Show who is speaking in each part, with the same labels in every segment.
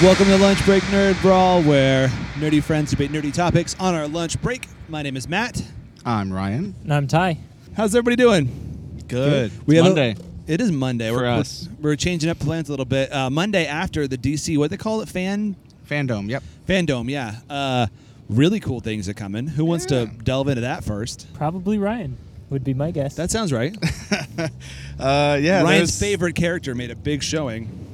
Speaker 1: Welcome to Lunch Break Nerd Brawl, where nerdy friends debate nerdy topics on our lunch break. My name is Matt.
Speaker 2: I'm Ryan.
Speaker 3: And I'm Ty.
Speaker 1: How's everybody doing?
Speaker 2: Good.
Speaker 1: We
Speaker 2: It's
Speaker 1: have a-
Speaker 2: Monday.
Speaker 1: it is Monday.
Speaker 2: For
Speaker 1: we're,
Speaker 2: us.
Speaker 1: We're, we're changing up the plans a little bit. Uh, Monday after the DC, what they call it, fan
Speaker 2: Fandom, yep.
Speaker 1: fandom. Yeah. Uh, really cool things are coming. Who wants to delve into that first?
Speaker 3: Probably Ryan would be my guess.
Speaker 1: That sounds right.
Speaker 2: Uh, yeah.
Speaker 1: Ryan's
Speaker 2: there's-
Speaker 1: favorite character made a big showing.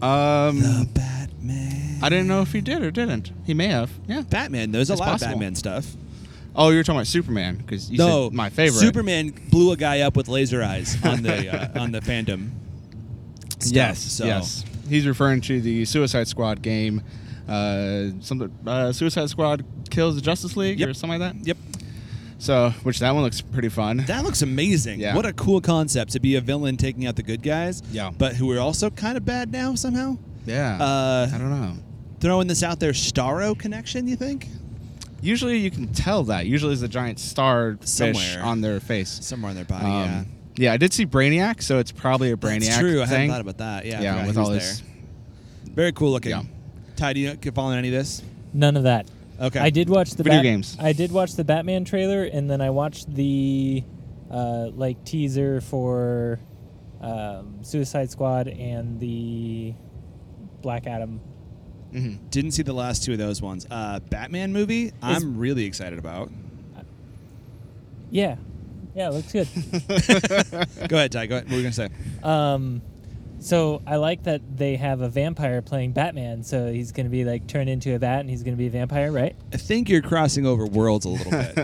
Speaker 2: Um,
Speaker 1: Batman.
Speaker 2: I didn't know if he did or didn't. He may have. Yeah.
Speaker 1: Batman. There's a
Speaker 2: It's
Speaker 1: lot
Speaker 2: possible.
Speaker 1: of Batman stuff.
Speaker 2: Oh, you were talking about Superman because you
Speaker 1: no,
Speaker 2: said my favorite.
Speaker 1: Superman blew a guy up with laser eyes on the uh, on the fandom. stuff,
Speaker 2: Yes.
Speaker 1: so-
Speaker 2: Yes. He's referring to the Suicide Squad game. Uh, something. Uh, Suicide Squad kills the Justice League
Speaker 1: Yep.
Speaker 2: or something like that.
Speaker 1: Yep,
Speaker 2: So, which that one looks pretty fun.
Speaker 1: that looks amazing.
Speaker 2: Yeah.
Speaker 1: What a cool concept to be a villain taking out the good guys.
Speaker 2: Yeah.
Speaker 1: but who are also kind of bad now somehow.
Speaker 2: yeah.
Speaker 1: Uh,
Speaker 2: I don't know.
Speaker 1: Throwing this out there, Starro connection. You think
Speaker 2: Usually you can tell that. Usually there's a giant star fish
Speaker 1: Somewhere.
Speaker 2: on their face.
Speaker 1: somewhere in their body?
Speaker 2: Um,
Speaker 1: yeah,
Speaker 2: I did see Brainiac, so it's probably a Brainiac
Speaker 1: That's true. I hadn't
Speaker 2: thing.
Speaker 1: thought about that. Yeah, I
Speaker 2: yeah,
Speaker 1: forgot
Speaker 2: with
Speaker 1: he
Speaker 2: all
Speaker 1: was
Speaker 2: his
Speaker 1: there. very cool looking.
Speaker 2: Yeah.
Speaker 1: Ty, do you get following any of this?
Speaker 3: None of that.
Speaker 1: Okay.
Speaker 3: I did watch the
Speaker 2: Video games.
Speaker 3: I did watch the Batman trailer, and then I watched the uh, like teaser for um, Suicide Squad and the Black Adam.
Speaker 1: Didn't see the last two of those ones. Uh, Batman movie. I'm really excited about.
Speaker 3: Yeah, yeah, it looks good.
Speaker 1: Go ahead, Ty. Go ahead. What were you gonna say?
Speaker 3: um, so I like that they have a vampire playing Batman. So he's going to be like turned into a bat, and he's going to be a vampire, right?
Speaker 1: I think you're crossing over worlds a little bit,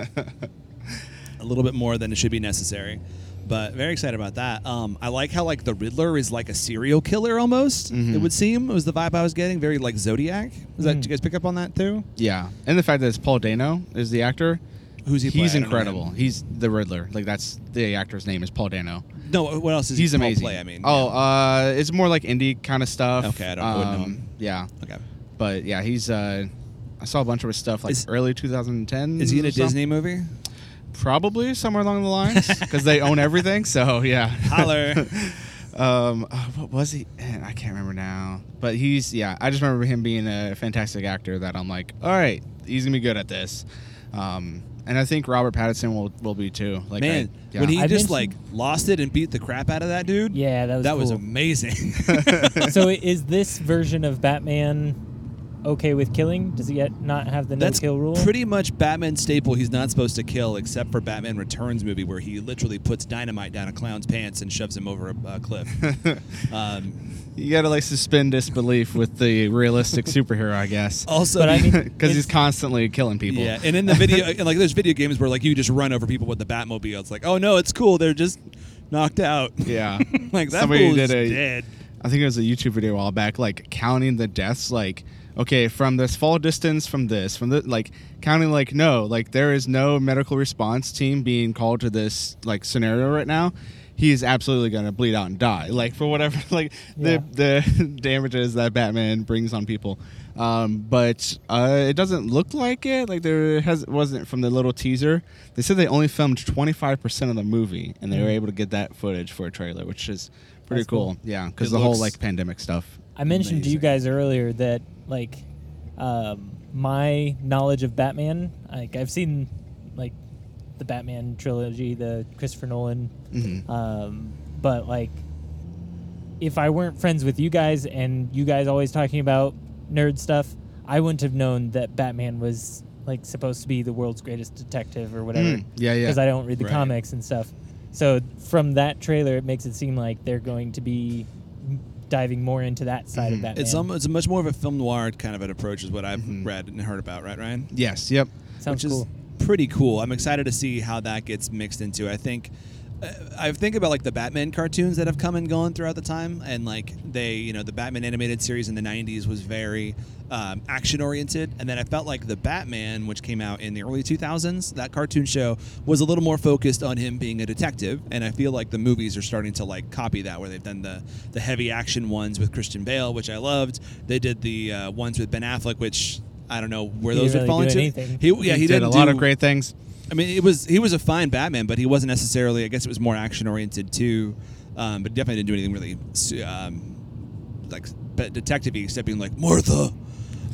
Speaker 1: a little bit more than it should be necessary. But very excited about that. Um, I like how like the Riddler is like a serial killer almost. It would seem it was the vibe I was getting, very like Zodiac. Is that did you guys pick up on that too?
Speaker 2: Yeah, and the fact that it's Paul Dano is the actor.
Speaker 1: Who's he play?
Speaker 2: He's
Speaker 1: I don't know
Speaker 2: incredible. He's the Riddler. Like that's the actor's name is Paul Dano.
Speaker 1: No, uh, what else is
Speaker 2: He's
Speaker 1: Paul
Speaker 2: amazing.
Speaker 1: Play? I mean,
Speaker 2: oh, uh, it's more like indie kind of stuff. Um,
Speaker 1: Okay, I don't- I wouldn't know him.
Speaker 2: Yeah,
Speaker 1: yeah. okay.
Speaker 2: but yeah, he's. Uh, I saw a bunch of his stuff like
Speaker 1: Is-
Speaker 2: early 2010.
Speaker 1: Is he in
Speaker 2: or
Speaker 1: a
Speaker 2: something.
Speaker 1: Disney movie?
Speaker 2: Probably somewhere along the lines because they own everything. So yeah.
Speaker 1: Holler.
Speaker 2: Um, oh, what was he? Man, I can't remember now. But he's yeah. I just remember him being a fantastic actor. That I'm like, all right, he's gonna be good at this. Um, and I think Robert Pattinson will will be too. Like,
Speaker 1: Man,
Speaker 2: I- yeah.
Speaker 1: when he
Speaker 3: I
Speaker 1: just
Speaker 3: mentioned-
Speaker 1: like lost it and beat the crap out of that dude.
Speaker 3: Yeah, that was
Speaker 1: that was
Speaker 3: cool.
Speaker 1: amazing.
Speaker 3: so i- is this version of Batman okay with killing? Does he yet not have the no
Speaker 1: That's
Speaker 3: kill rule?
Speaker 1: pretty much Batman staple. He's not supposed to kill, except for Batman Returns movie, where he literally puts dynamite down a clown's pants and shoves him over a, a cliff. um,
Speaker 2: you gotta like suspend disbelief with the realistic superhero, I guess,
Speaker 1: also,
Speaker 3: But I mean,
Speaker 2: because he's
Speaker 3: it's-
Speaker 2: constantly killing people.
Speaker 1: Oh, yeah, and in the video, and like there's video games where like you just run over people with the Batmobile. It's like, oh no, it's cool. They're just knocked out.
Speaker 2: Yeah.
Speaker 1: like that
Speaker 2: Somebody
Speaker 1: fool
Speaker 2: did
Speaker 1: is
Speaker 2: a-
Speaker 1: dead.
Speaker 2: I think it was a YouTube video a while back, like counting the deaths, like okay, from this fall distance, from this, from the like counting, like no, like there is no medical response team being called to this like scenario right now. He is absolutely gonna bleed out and die, like for whatever, like
Speaker 3: Yeah.
Speaker 2: the the damages that Batman brings on people. Um, but uh, it doesn't look like it. Like there has wasn't from the little teaser. They said they only filmed twenty five percent of the movie, and they were able to get that footage for a trailer, which is pretty
Speaker 3: Hmm. That's cool.
Speaker 2: cool. Yeah, because
Speaker 1: It
Speaker 2: the whole
Speaker 1: looks-
Speaker 2: like pandemic stuff.
Speaker 3: I mentioned to you
Speaker 1: Amazing.
Speaker 3: guys earlier that like um, my knowledge of Batman, like I've seen like the Batman trilogy, the Christopher Nolan,
Speaker 1: Mm-hmm.
Speaker 3: um, but like if I weren't friends with you guys and you guys always talking about nerd stuff, I wouldn't have known that Batman was like supposed to be the world's greatest detective or whatever.
Speaker 2: Mm, yeah, yeah.
Speaker 3: Because I don't read the
Speaker 1: Right.
Speaker 3: comics and stuff. So from that trailer, it makes it seem like they're going to be diving more into that side of Batman.
Speaker 1: It's almost it's much more of a film noir kind of an approach, is what I've
Speaker 2: Mm-hmm.
Speaker 1: read and heard about. Right, Ryan?
Speaker 2: Yes. Yep.
Speaker 3: Sounds
Speaker 1: which
Speaker 3: cool.
Speaker 1: is pretty cool. I'm excited to see how that gets mixed into. it. I think uh, I think about like the Batman cartoons that have come and gone throughout the time, and like they, you know, the Batman animated series in the '90s was very um, action oriented, and then I felt like the Batman, which came out in the early 2000s, that cartoon show was a little more focused on him being a detective, and I feel like the movies are starting to like copy that, where they've done the the heavy action ones with Christian Bale, which I loved. They did the uh, ones with Ben Affleck, which I don't know where
Speaker 3: He
Speaker 1: those
Speaker 3: didn't
Speaker 1: would
Speaker 3: really
Speaker 1: fall
Speaker 3: do
Speaker 1: into.
Speaker 3: anything.
Speaker 1: He, yeah, he,
Speaker 2: did
Speaker 1: didn't
Speaker 2: a lot
Speaker 1: do-
Speaker 2: of great things.
Speaker 1: I mean, it was he was a fine Batman, but he wasn't necessarily. I guess it was more action oriented too. Um, but definitely didn't do anything really um, like but detective except being like Martha.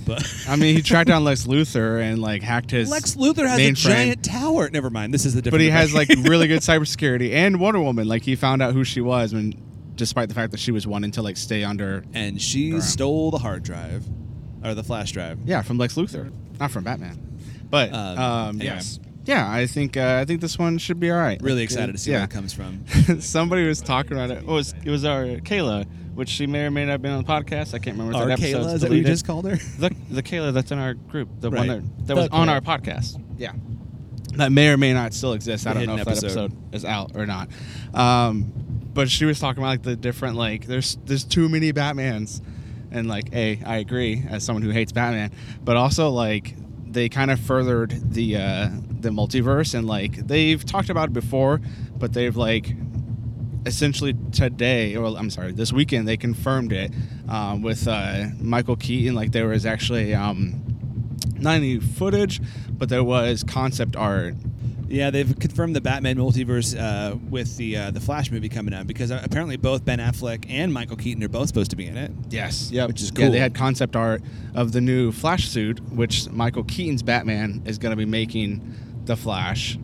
Speaker 1: But
Speaker 2: I mean, he tracked down Lex Luthor and like hacked his.
Speaker 1: Lex Luthor has a
Speaker 2: mainframe.
Speaker 1: giant tower. Never mind. This is the
Speaker 2: But
Speaker 1: different.
Speaker 2: he has like
Speaker 1: movie.
Speaker 2: really good cybersecurity and Wonder Woman. Like he found out who she was, and despite the fact that she was wanting to like stay under,
Speaker 1: and she
Speaker 2: Damn.
Speaker 1: stole the hard drive, or the flash drive.
Speaker 2: yeah, from Lex Luthor, not from Batman. But
Speaker 1: Um,
Speaker 2: um,
Speaker 1: yes.
Speaker 2: yeah, yeah, I think uh, I think this one should be all right.
Speaker 1: Really excited to see where
Speaker 2: Yeah.
Speaker 1: it comes from.
Speaker 2: somebody was talking about it. Oh, it was it was our Kayla, which she may or may not have been on the podcast. I can't remember. if
Speaker 1: Or
Speaker 2: that
Speaker 1: Kayla,
Speaker 2: episode's
Speaker 1: is that what you
Speaker 2: deleted.
Speaker 1: just called her?
Speaker 2: the the Kayla that's in our group, the
Speaker 1: Right.
Speaker 2: one that that
Speaker 3: The
Speaker 2: was on
Speaker 3: Kayla.
Speaker 2: our podcast. Yeah, that may or may not still exist. I
Speaker 1: The
Speaker 2: don't know if
Speaker 1: hidden
Speaker 2: that
Speaker 1: episode.
Speaker 2: episode is out or not. Um, but she was talking about like the different like there's there's too many Batmans, and like a I agree as someone who hates Batman, but also like they kind of furthered the uh, the multiverse and like they've talked about it before, but they've like essentially today, or I'm sorry, this weekend, they confirmed it um, with uh, Michael Keaton. Like there was actually um, not any footage, but there was concept art.
Speaker 1: Yeah, they've confirmed the Batman multiverse uh, with the uh, the Flash movie coming out because uh, apparently both Ben Affleck and Michael Keaton are both supposed to be in it.
Speaker 2: Yes. Yep.
Speaker 1: Which is
Speaker 2: Yeah,
Speaker 1: cool.
Speaker 2: they had concept art of the new Flash suit, which Michael Keaton's Batman is going to be making the Flash.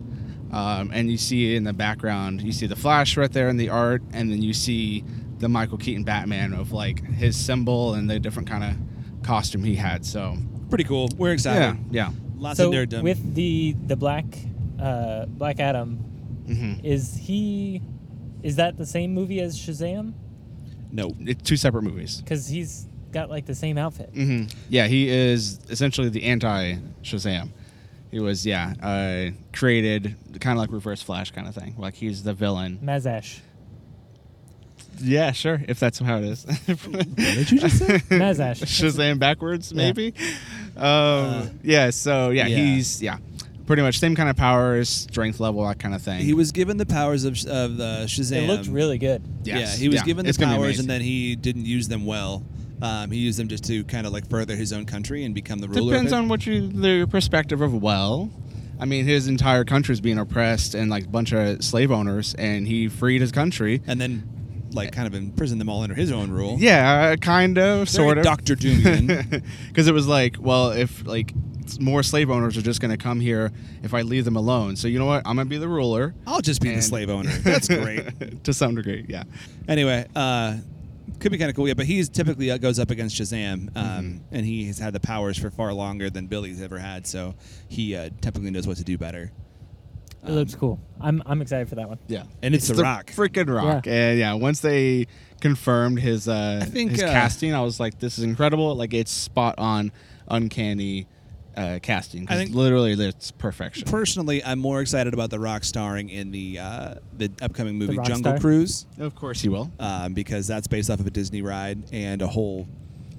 Speaker 2: Um, and you see in the background, you see the Flash right there in the art, and then you see the Michael Keaton Batman of like his symbol and the different kind of costume he had. So
Speaker 1: Pretty cool. We're
Speaker 2: yeah,
Speaker 1: excited.
Speaker 2: yeah.
Speaker 1: Lots
Speaker 3: so
Speaker 1: of nerddom.
Speaker 3: with the the black uh, Black Adam,
Speaker 2: hmm
Speaker 3: is he is that the same movie as Shazam?
Speaker 1: no.
Speaker 2: It's two separate movies.
Speaker 3: Because he's got like the same outfit.
Speaker 2: hmm Yeah, he is essentially the anti Shazam. He was yeah uh, created kind of like Reverse Flash kind of thing. Like he's the villain.
Speaker 3: Mazash.
Speaker 2: Yeah, sure. If that's how it is. what
Speaker 1: did you just say?
Speaker 3: Mazash.
Speaker 2: Shazam backwards,
Speaker 3: Yeah.
Speaker 2: maybe. Yeah. Um,
Speaker 1: Uh,
Speaker 2: yeah. So yeah,
Speaker 1: yeah.
Speaker 2: he's yeah, pretty much same kind of powers, strength level, that kind of thing.
Speaker 1: He was given the powers of, of uh, Shazam.
Speaker 3: It looked really good.
Speaker 1: Yeah,
Speaker 2: Yes.
Speaker 1: he was given the
Speaker 2: It's gonna be
Speaker 1: powers
Speaker 2: amazing.
Speaker 1: and then he didn't use them well. Um, he used them just to kind of like further his own country and become the ruler.
Speaker 2: Depends
Speaker 1: of it.
Speaker 2: on what you the perspective of well. I mean, his entire country's being oppressed and like a bunch of slave owners, and he freed his country.
Speaker 1: and then like kind of imprison them all under his own rule.
Speaker 2: Yeah, uh, kind of, sort of.
Speaker 1: Doctor Doomian.
Speaker 2: Because it was like, well, if like s- more slave owners are just going to come here if I leave them alone, so you know what? I'm going to be the ruler.
Speaker 1: I'll just be the
Speaker 2: and-
Speaker 1: slave owner. That's great.
Speaker 2: to some degree, yeah.
Speaker 1: anyway, uh, could be kind of cool. Yeah, but he's typically uh, goes up against Shazam, um,
Speaker 2: Mm-hmm.
Speaker 1: and he has had the powers for far longer than Billy's ever had. So he uh, typically knows what to do better.
Speaker 3: It looks cool. I'm I'm excited for that one.
Speaker 2: Yeah,
Speaker 1: And it's The Rock.
Speaker 2: freaking rock.
Speaker 3: Yeah.
Speaker 2: And yeah, once they confirmed his uh,
Speaker 1: I think,
Speaker 2: his
Speaker 1: uh,
Speaker 2: casting, I was like, this is incredible. Like it's spot on, uncanny uh, casting. 'Cause
Speaker 1: I think-
Speaker 2: literally it's perfection.
Speaker 1: Personally, I'm more excited about The Rock starring in the uh, the upcoming movie
Speaker 3: Rock
Speaker 1: Jungle
Speaker 3: star?
Speaker 1: Cruise
Speaker 2: of course he will.
Speaker 1: um, because that's based off of a Disney ride and a whole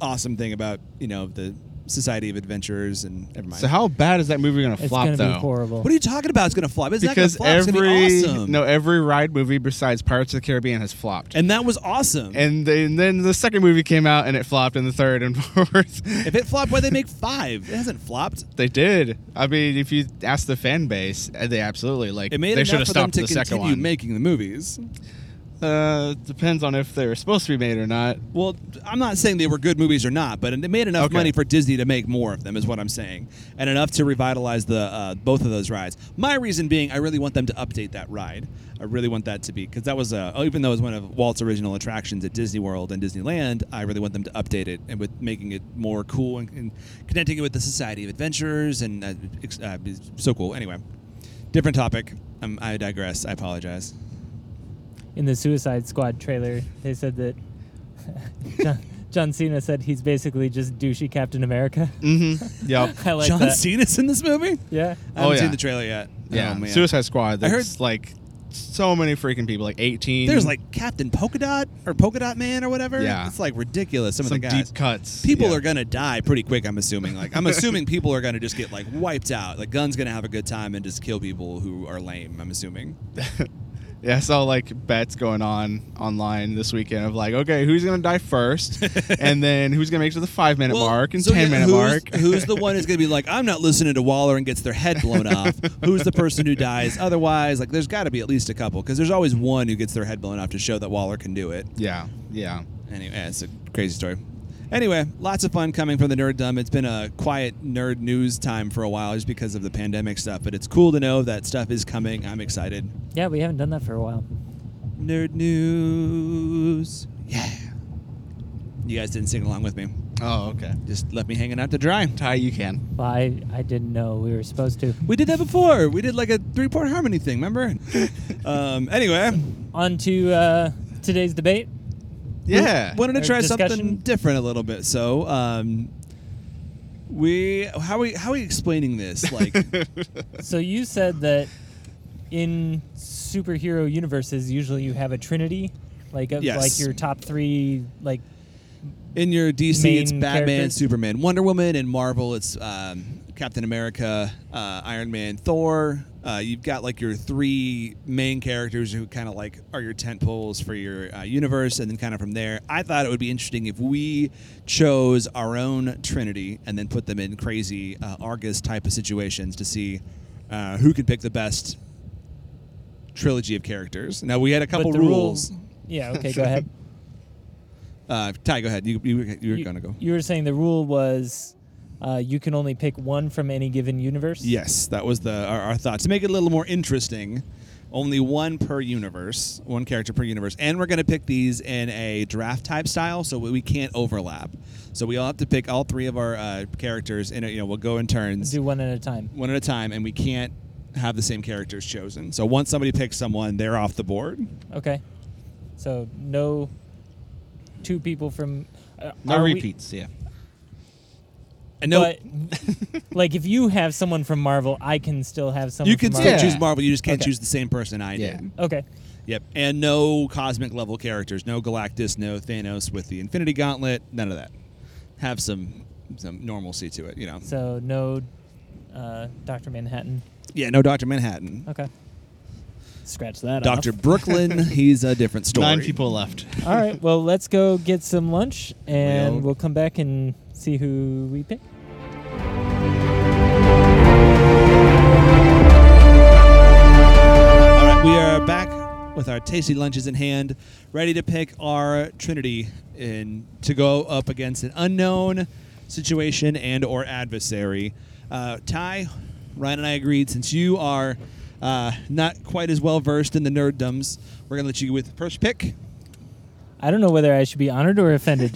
Speaker 1: awesome thing about you know the Society of Adventurers and never mind.
Speaker 2: So how bad is that movie going to
Speaker 3: It's
Speaker 2: flop
Speaker 3: gonna
Speaker 2: though?
Speaker 3: be horrible.
Speaker 1: what are you talking about? It's gonna flop. It's
Speaker 2: because
Speaker 1: not gonna flop.
Speaker 2: every
Speaker 1: it's gonna be awesome.
Speaker 2: no every ride movie besides Pirates of the Caribbean has flopped.
Speaker 1: and that was awesome.
Speaker 2: And, they, and then the second movie came out and it flopped, and the third and fourth.
Speaker 1: if it flopped, why they make five? It hasn't flopped.
Speaker 2: they did. I mean, if you ask the fan base, uh, they absolutely like.
Speaker 1: It made
Speaker 2: they should
Speaker 1: enough
Speaker 2: have
Speaker 1: for them
Speaker 2: stopped
Speaker 1: to
Speaker 2: the second
Speaker 1: continue
Speaker 2: one.
Speaker 1: making the movies.
Speaker 2: uh, depends on if they're supposed to be made or not.
Speaker 1: Well, I'm not saying they were good movies or not, but it made enough
Speaker 2: Okay.
Speaker 1: money for Disney to make more of them, is what I'm saying, and enough to revitalize the uh, both of those rides. My reason being, I really want them to update that ride. I really want that to be because that was uh, even though it was one of Walt's original attractions at Disney World and Disneyland. I really want them to update it and with making it more cool and, and connecting it with the Society of Adventurers and uh, ex- uh, it's so cool. Anyway, different topic. Um, I digress. I apologize.
Speaker 3: In the Suicide Squad trailer, they said that John, John Cena said he's basically just douchey Captain America.
Speaker 2: Mm-hmm. Yep.
Speaker 3: I like
Speaker 1: Mm. John
Speaker 3: that.
Speaker 1: Cena's in this movie.
Speaker 3: Yeah.
Speaker 1: I haven't
Speaker 2: Oh,
Speaker 1: seen
Speaker 2: yeah.
Speaker 1: the trailer yet.
Speaker 2: yeah.
Speaker 1: Oh, man.
Speaker 2: Suicide Squad.
Speaker 1: I
Speaker 2: There's like so many freaking people. Like 18.
Speaker 1: There's like Captain Polka Dot or Polka Dot Man or whatever.
Speaker 2: Yeah.
Speaker 1: It's like ridiculous. Some,
Speaker 2: some,
Speaker 1: of the guys.
Speaker 2: deep cuts.
Speaker 1: People
Speaker 2: Yeah.
Speaker 1: are gonna die pretty quick. I'm assuming. Like I'm assuming people are gonna just get like wiped out. Like Gun's gonna have a good time and just kill people who are lame. I'm assuming.
Speaker 2: Yeah, I saw like bets going on online this weekend of like, okay, who's gonna die first, and then who's gonna make it to the five minute mark and
Speaker 1: so
Speaker 2: ten
Speaker 1: yeah,
Speaker 2: minute
Speaker 1: who's-
Speaker 2: mark.
Speaker 1: Who's the one who's gonna be like, I'm not listening to Waller and gets their head blown off? Who's the person who dies? Otherwise, like there's got to be at least a couple because there's always one who gets their head blown off to show that Waller can do it.
Speaker 2: yeah, yeah.
Speaker 1: Anyway, yeah, it's a crazy story. Anyway, lots of fun coming from the nerddom. It's been a quiet nerd news time for a while just because of the pandemic stuff, but it's cool to know that stuff is coming. I'm excited.
Speaker 3: Yeah, we haven't done that for a while.
Speaker 1: Nerd news. Yeah. You guys didn't sing along with me.
Speaker 2: Oh, okay.
Speaker 1: Just left me hanging out to dry.
Speaker 2: Ty, you can.
Speaker 3: Well, I, I didn't know we were supposed to.
Speaker 1: We did that before. We did like a three part harmony thing, remember? um, anyway,
Speaker 3: On to uh, today's debate.
Speaker 2: Yeah.
Speaker 1: wanted to
Speaker 3: Or
Speaker 1: try something
Speaker 3: discussion.
Speaker 1: different a little bit. So, um, we how we how are we explaining this? Like,
Speaker 3: So you said that in superhero universes, usually you have a trinity, like of,
Speaker 1: Yes.
Speaker 3: like your top three, like
Speaker 1: in your DC, it's
Speaker 3: Main
Speaker 1: Batman,
Speaker 3: characters?
Speaker 1: Superman, Wonder Woman, and Marvel. It's um, Captain America, uh, Iron Man, Thor. Uh, you've got like your three main characters who kind of like are your tent poles for your uh, universe, and then kind of from there. I thought it would be interesting if we chose our own Trinity and then put them in crazy uh, Argus type of situations to see uh, who could pick the best trilogy of characters. Now we had a couple
Speaker 3: but the
Speaker 1: rules.
Speaker 3: Rule, yeah. Okay. Go ahead.
Speaker 1: Uh, Ty, go ahead. You you, you were
Speaker 3: you,
Speaker 1: gonna go.
Speaker 3: You were saying the rule was uh, you can only pick one from any given universe.
Speaker 1: Yes, that was the our, our thought to make it a little more interesting. Only one per universe, one character per universe, and we're going to pick these in a draft type style, so we we can't overlap. So we all have to pick all three of our uh, characters, and you know we'll go in turns,
Speaker 3: Do one at a time.
Speaker 1: one at a time, and we can't have the same characters chosen. So once somebody picks someone, they're off the board.
Speaker 3: Okay. So no two people from. Uh,
Speaker 2: No
Speaker 3: are we-
Speaker 2: repeats, yeah.
Speaker 1: And no,
Speaker 3: But like if you have someone from Marvel, I can still have someone.
Speaker 1: you can
Speaker 3: from
Speaker 1: still
Speaker 3: Marvel.
Speaker 2: Yeah.
Speaker 1: choose Marvel. You just can't
Speaker 3: Okay.
Speaker 1: choose the same person I
Speaker 2: Yeah.
Speaker 1: did.
Speaker 3: Okay.
Speaker 1: Yep, and no cosmic level characters, no Galactus, no Thanos with the Infinity Gauntlet, none of that. Have some some normalcy to it, you know.
Speaker 3: So no, uh, Doctor Manhattan.
Speaker 1: Yeah, no Doctor Manhattan,
Speaker 3: Okay. Scratch that. off.
Speaker 1: Doctor Brooklyn. he's a different story.
Speaker 2: Nine people left.
Speaker 3: All right. Well, let's go get some lunch, and
Speaker 1: We'll-
Speaker 3: we'll come back and see who we pick.
Speaker 1: All right, we are back with our tasty lunches in hand, ready to pick our Trinity in to go up against an unknown situation and or adversary. Uh, Ty, Ryan, and I agreed since you are uh, not quite as well versed in the nerddoms, we're gonna let you with the first pick.
Speaker 3: I don't know whether I should be honored or offended.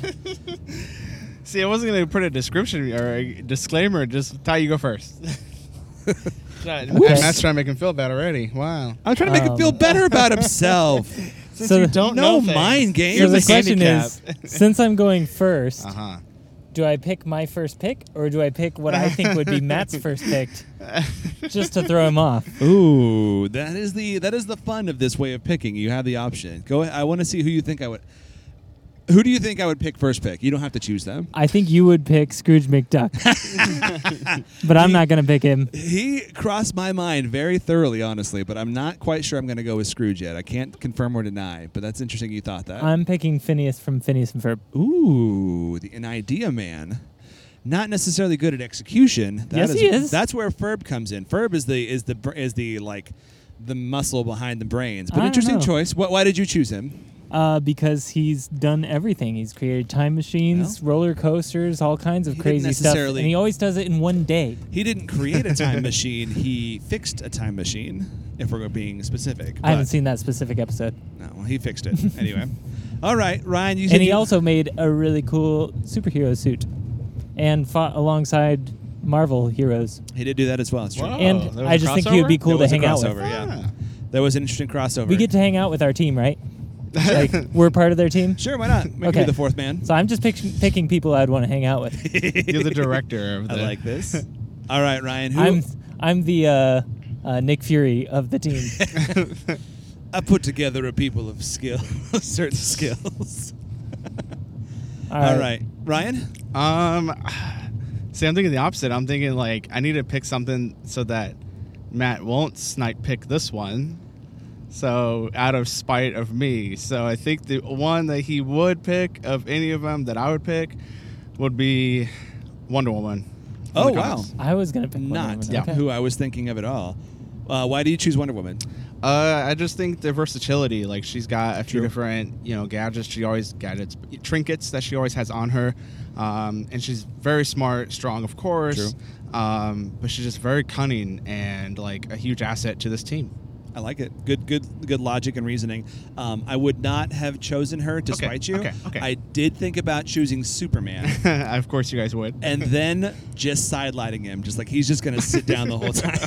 Speaker 2: See, I wasn't going to put a description or a disclaimer. Just, Ty, you go first. That's trying to make him feel bad already. Wow.
Speaker 1: I'm trying to make him
Speaker 3: Um,
Speaker 1: feel better about himself.
Speaker 2: Since
Speaker 3: So-
Speaker 2: you don't
Speaker 1: no
Speaker 2: know things.
Speaker 1: mind games.
Speaker 3: so the
Speaker 2: Here's a
Speaker 3: question is,
Speaker 2: handicap.
Speaker 3: since I'm going 1st
Speaker 2: Uh-huh.
Speaker 3: do I pick my first pick or do I pick what I think would be Matt's first pick, just to throw him off?
Speaker 1: Ooh, that is the that is the fun of this way of picking. You have the option. Go. I want to see who you think I would. Who do you think I would pick first pick? You don't have to choose them.
Speaker 3: I think you would pick Scrooge McDuck, but I'm not gonna pick him.
Speaker 1: He crossed my mind very thoroughly, honestly, but I'm not quite sure I'm going to go with Scrooge yet. I can't confirm or deny, but that's interesting you thought that.
Speaker 3: I'm picking Phineas from Phineas and Ferb.
Speaker 1: Ooh, the, an idea man. Not necessarily good at execution. That
Speaker 3: Yes, he is.
Speaker 1: That's where Ferb comes in. Ferb is the is the br- is the like the muscle behind the brains. But
Speaker 3: I don't
Speaker 1: interesting
Speaker 3: know.
Speaker 1: choice. What, why did you choose him?
Speaker 3: Uh, because he's done everything. He's created time machines, roller coasters, all kinds of
Speaker 1: He didn't
Speaker 3: crazy stuff, and
Speaker 1: necessarily-
Speaker 3: he always does it in one day.
Speaker 1: He didn't create a time machine. He fixed a time machine. If we're being specific,
Speaker 3: I haven't
Speaker 1: But-
Speaker 3: seen that specific episode.
Speaker 1: No, he fixed it anyway. All right, Ryan. You said
Speaker 3: And he
Speaker 1: you-
Speaker 3: also made a really cool superhero suit and fought alongside Marvel heroes.
Speaker 1: he did do Oh, that as well. It's true.
Speaker 2: Wow.
Speaker 3: And
Speaker 2: there was
Speaker 3: I
Speaker 2: a
Speaker 3: just think he would be
Speaker 2: crossover?
Speaker 3: cool
Speaker 1: There was
Speaker 3: to
Speaker 1: a
Speaker 3: hang out
Speaker 1: crossover,
Speaker 3: with.
Speaker 1: Yeah,
Speaker 2: Ah.
Speaker 1: there was an interesting crossover.
Speaker 3: We get to hang out with our team, right? Like, we're part of their team.
Speaker 1: sure. Why not? Make
Speaker 3: Okay.
Speaker 1: me the fourth man.
Speaker 3: So I'm just pick- picking people I'd want to hang out with.
Speaker 2: You're the director of the.
Speaker 1: I like this. All right, Ryan. Who
Speaker 3: I'm I'm the uh, uh, Nick Fury of the team.
Speaker 1: I put together a people of skill, certain skills. All right, Ryan.
Speaker 2: Um, see, I'm thinking the opposite. I'm thinking like I need to pick something so that Matt won't snipe pick this one. So out of spite of me, so I think the one that he would pick of any of them that I would pick would be Wonder Woman. from
Speaker 1: Oh
Speaker 2: the
Speaker 1: wow,
Speaker 2: comics.
Speaker 3: I was gonna pick Wonder
Speaker 1: not
Speaker 3: Woman.
Speaker 2: yeah.
Speaker 3: Okay.
Speaker 1: who I was thinking of at all. Uh, why do you choose Wonder Woman?
Speaker 2: Uh, I just think the versatility. Like she's got a few
Speaker 1: True.
Speaker 2: different, you know, gadgets. She always gadgets, trinkets that she always has on her, um, and she's very smart, strong, of course. Um, but she's just very cunning and like a huge asset to this team.
Speaker 1: I like it. Good, good, good logic and reasoning. Um, I would not have chosen her to
Speaker 2: Okay,
Speaker 1: spite you.
Speaker 2: okay, okay.
Speaker 1: I did think about choosing Superman,
Speaker 2: of course, you guys would.
Speaker 1: and then just sidelighting him, just like he's just gonna sit down the whole time,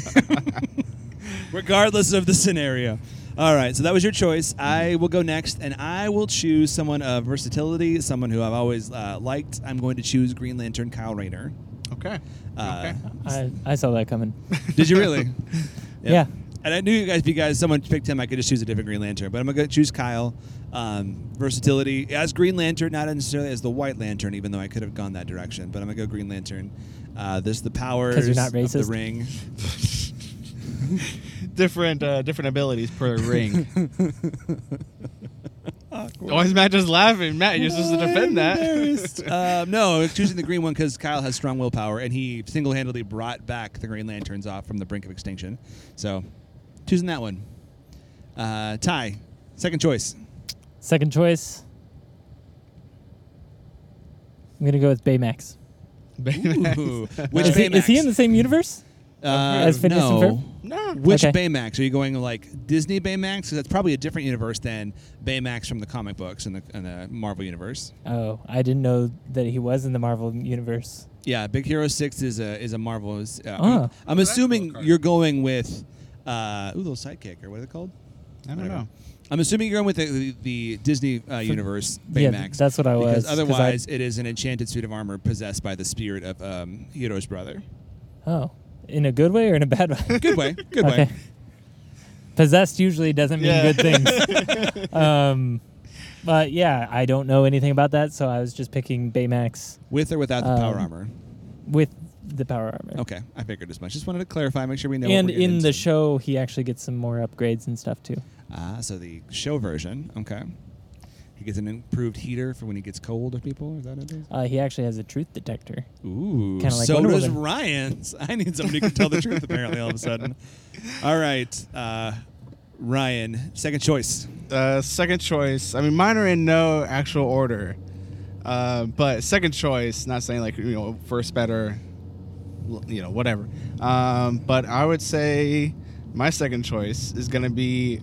Speaker 1: regardless of the scenario. All right, so that was your choice. I will go next, and I will choose someone of versatility, someone who I've always uh, liked. I'm going to choose Green Lantern Kyle Rayner.
Speaker 2: okay.
Speaker 1: Uh,
Speaker 2: okay.
Speaker 3: I, I saw that coming.
Speaker 1: Did you really?
Speaker 3: Yeah.
Speaker 1: And I knew you guys, if you guys, someone picked him, I could just choose a different Green Lantern. But I'm going to choose Kyle. Um, versatility as Green Lantern, not necessarily as the White Lantern, even though I could have gone that direction. But I'm going to go Green Lantern. Uh, there's the powers
Speaker 3: not
Speaker 1: of
Speaker 3: racist?
Speaker 1: the ring.
Speaker 2: different uh, different abilities per ring. Why is Matt just laughing? Matt, you're supposed to defend that.
Speaker 1: um, no, I was choosing the green one because Kyle has strong willpower, and he single-handedly brought back the Green Lanterns off from the brink of extinction. So, choosing that one. Uh, Ty, second choice.
Speaker 3: Second choice. I'm gonna go with Baymax.
Speaker 1: Ooh. Which
Speaker 3: is,
Speaker 1: Baymax?
Speaker 3: He, is he in the same universe?
Speaker 1: Uh,
Speaker 3: As Phineas and
Speaker 1: no.
Speaker 3: Ferb?
Speaker 2: no.
Speaker 1: Which
Speaker 3: Okay.
Speaker 1: Baymax? Are you going like Disney Baymax? 'Cause that's probably a different universe than Baymax from the comic books and the, and the Marvel universe.
Speaker 3: Oh, I didn't know that he was in the Marvel universe.
Speaker 1: Yeah, Big Hero Six is a is a Marvel. Is, uh,
Speaker 3: Ah.
Speaker 1: I'm, I'm
Speaker 2: that's a cool
Speaker 1: assuming
Speaker 2: card.
Speaker 1: you're going with uh, ooh, little sidekick or what are they called?
Speaker 2: I don't know.
Speaker 1: I'm assuming you're going with the, the, the Disney uh, universe
Speaker 3: yeah,
Speaker 1: Baymax.
Speaker 3: that's what I was,
Speaker 1: Because
Speaker 3: 'cause I-
Speaker 1: otherwise, it is an enchanted suit of armor possessed by the spirit of um, Hero's brother.
Speaker 3: Oh, in a good way or in a bad way?
Speaker 1: Good way, good way.
Speaker 3: okay. Possessed usually doesn't mean
Speaker 2: Yeah.
Speaker 3: good things. um, but yeah, I don't know anything about that, so I was just picking Baymax
Speaker 1: With or without the power
Speaker 3: Um,
Speaker 1: armor.
Speaker 3: with the power armor.
Speaker 1: Okay, I figured as much. Just wanted to clarify, make sure we know. what
Speaker 3: and
Speaker 1: we're getting
Speaker 3: in the
Speaker 1: into.
Speaker 3: show, he actually gets some more upgrades and stuff too.
Speaker 1: Ah, so the show version. Okay. He gets an improved heater for when he gets cold or people. Is that it? Is?
Speaker 3: Uh, he actually has a truth detector.
Speaker 1: Ooh.
Speaker 3: Kinda like
Speaker 1: so
Speaker 3: Wonder
Speaker 1: does
Speaker 3: Woman.
Speaker 1: Ryan's. I need somebody who can tell the truth, apparently, all of a sudden. All right. Uh, Ryan, second choice.
Speaker 2: Uh, second choice. I mean, mine are in no actual order. Uh, but second choice, not saying like, you know, first better, l- you know, whatever. Um, but I would say my second choice is going to be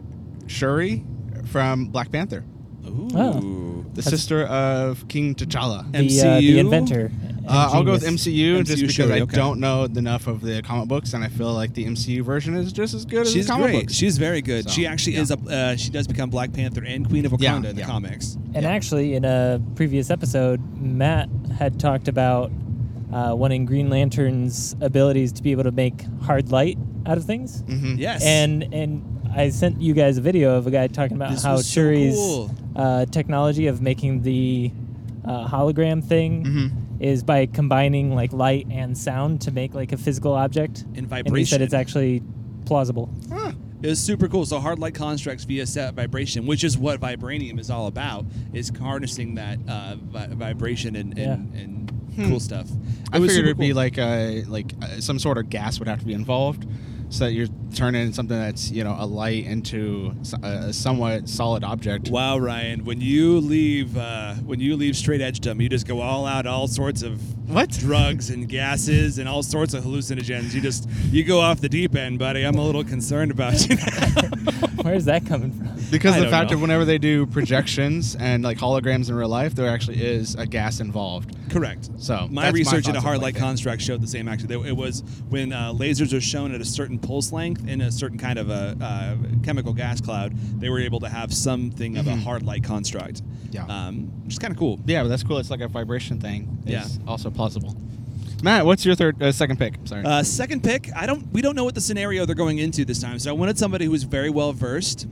Speaker 2: Shuri from Black Panther,
Speaker 3: Ah.
Speaker 1: Ooh.
Speaker 2: the sister of King T'Challa.
Speaker 3: The, uh, the
Speaker 1: MCU?
Speaker 3: inventor. and
Speaker 2: Uh, I'll go with
Speaker 3: genius.
Speaker 2: MCU,
Speaker 1: MCU
Speaker 2: just because
Speaker 1: Shuri,
Speaker 2: I
Speaker 1: okay.
Speaker 2: don't know enough of the comic books, and I feel like the MCU version is just as good as
Speaker 1: She's
Speaker 2: the comic
Speaker 1: great.
Speaker 2: books.
Speaker 1: She's very good.
Speaker 2: So,
Speaker 1: she actually
Speaker 2: yeah.
Speaker 1: is a. Uh, she does become Black Panther and Queen of Wakanda
Speaker 2: Yeah,
Speaker 1: in the
Speaker 2: yeah.
Speaker 1: comics.
Speaker 3: And actually, in a previous episode, Matt had talked about uh, wanting Green Lantern's abilities to be able to make hard light out of things.
Speaker 2: Mhm.
Speaker 1: Mm-hmm. Yes.
Speaker 3: And and I sent you guys a video of a guy talking about
Speaker 1: This
Speaker 3: how
Speaker 1: was so
Speaker 3: Shuri's
Speaker 1: cool.
Speaker 3: uh, technology of making the uh, hologram thing
Speaker 2: Mhm.
Speaker 1: Mm-hmm.
Speaker 3: is by combining like light and sound to make like a physical object.
Speaker 1: And
Speaker 3: And he
Speaker 1: vibration.
Speaker 3: said it's actually plausible.
Speaker 2: Huh.
Speaker 1: It was super cool. So hard light constructs via set vibration, which is what vibranium is all about, is harnessing that uh, vi- vibration and, and, and cool stuff. It
Speaker 2: Hmm. I
Speaker 1: was super
Speaker 2: figured it'd be
Speaker 1: cool.
Speaker 2: like a, like uh some sort of gas would have to be involved, so that you're turning something that's you know a light into s- a somewhat solid object.
Speaker 1: wow, Ryan. When you leave, uh, when you leave straight edge dumb, you just go all out, all sorts of
Speaker 2: What?
Speaker 1: drugs and gases and all sorts of hallucinogens. You just you go off the deep end, buddy. I'm a little concerned about you. now.
Speaker 3: Where's that coming from?
Speaker 2: Because
Speaker 1: I
Speaker 2: the
Speaker 1: don't
Speaker 2: fact
Speaker 1: know.
Speaker 2: of whenever they do projections and like holograms in real life, there actually is a gas involved.
Speaker 1: Correct.
Speaker 2: So,
Speaker 1: my
Speaker 2: that's my
Speaker 1: research
Speaker 2: thoughts
Speaker 1: into
Speaker 2: on
Speaker 1: hard
Speaker 2: light
Speaker 1: light
Speaker 2: there.
Speaker 1: constructs showed the same. Actually, They- it was when uh, lasers are shown at a certain pulse length in a certain kind of a uh, chemical gas cloud, they were able to have something of a hard light construct.
Speaker 2: Mm-hmm. Yeah.
Speaker 1: um, which is kind of cool.
Speaker 2: Yeah, but that's cool. It's like a vibration thing. It's
Speaker 1: Yeah.
Speaker 2: also plausible. Matt, what's your third, uh, second pick? Sorry.
Speaker 1: Uh, second pick, I don't. We don't know what the scenario they're going into this time, so I wanted somebody who was very well versed.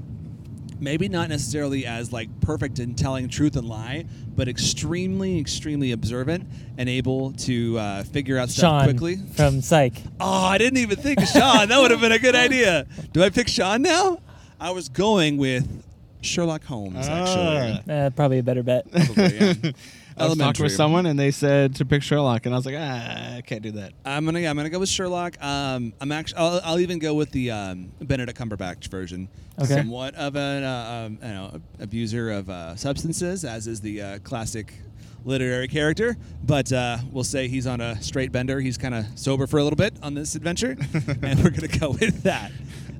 Speaker 1: Maybe not necessarily as like perfect in telling truth and lie, but extremely, extremely observant and able to uh, figure out stuff
Speaker 3: Sean
Speaker 1: quickly.
Speaker 3: from Psych.
Speaker 1: Oh, I didn't even think of Sean. That would have been a good idea. Do I pick Sean now? I was going with Sherlock Holmes,
Speaker 2: Ah.
Speaker 1: actually.
Speaker 3: Uh, probably a better bet.
Speaker 1: Probably, yeah.
Speaker 2: I was talking
Speaker 1: Elementary.
Speaker 2: with someone and they said to pick Sherlock, and I was like, ah, I can't do that.
Speaker 1: I'm gonna I'm gonna go with Sherlock. Um, I'm actually I'll, I'll even go with the um, Benedict Cumberbatch version.
Speaker 3: Okay.
Speaker 1: Somewhat of an uh, um, you know abuser of uh, substances, as is the uh, classic literary character. But uh, we'll say he's on a straight bender. He's kind of sober for a little bit on this adventure, and we're gonna go with that.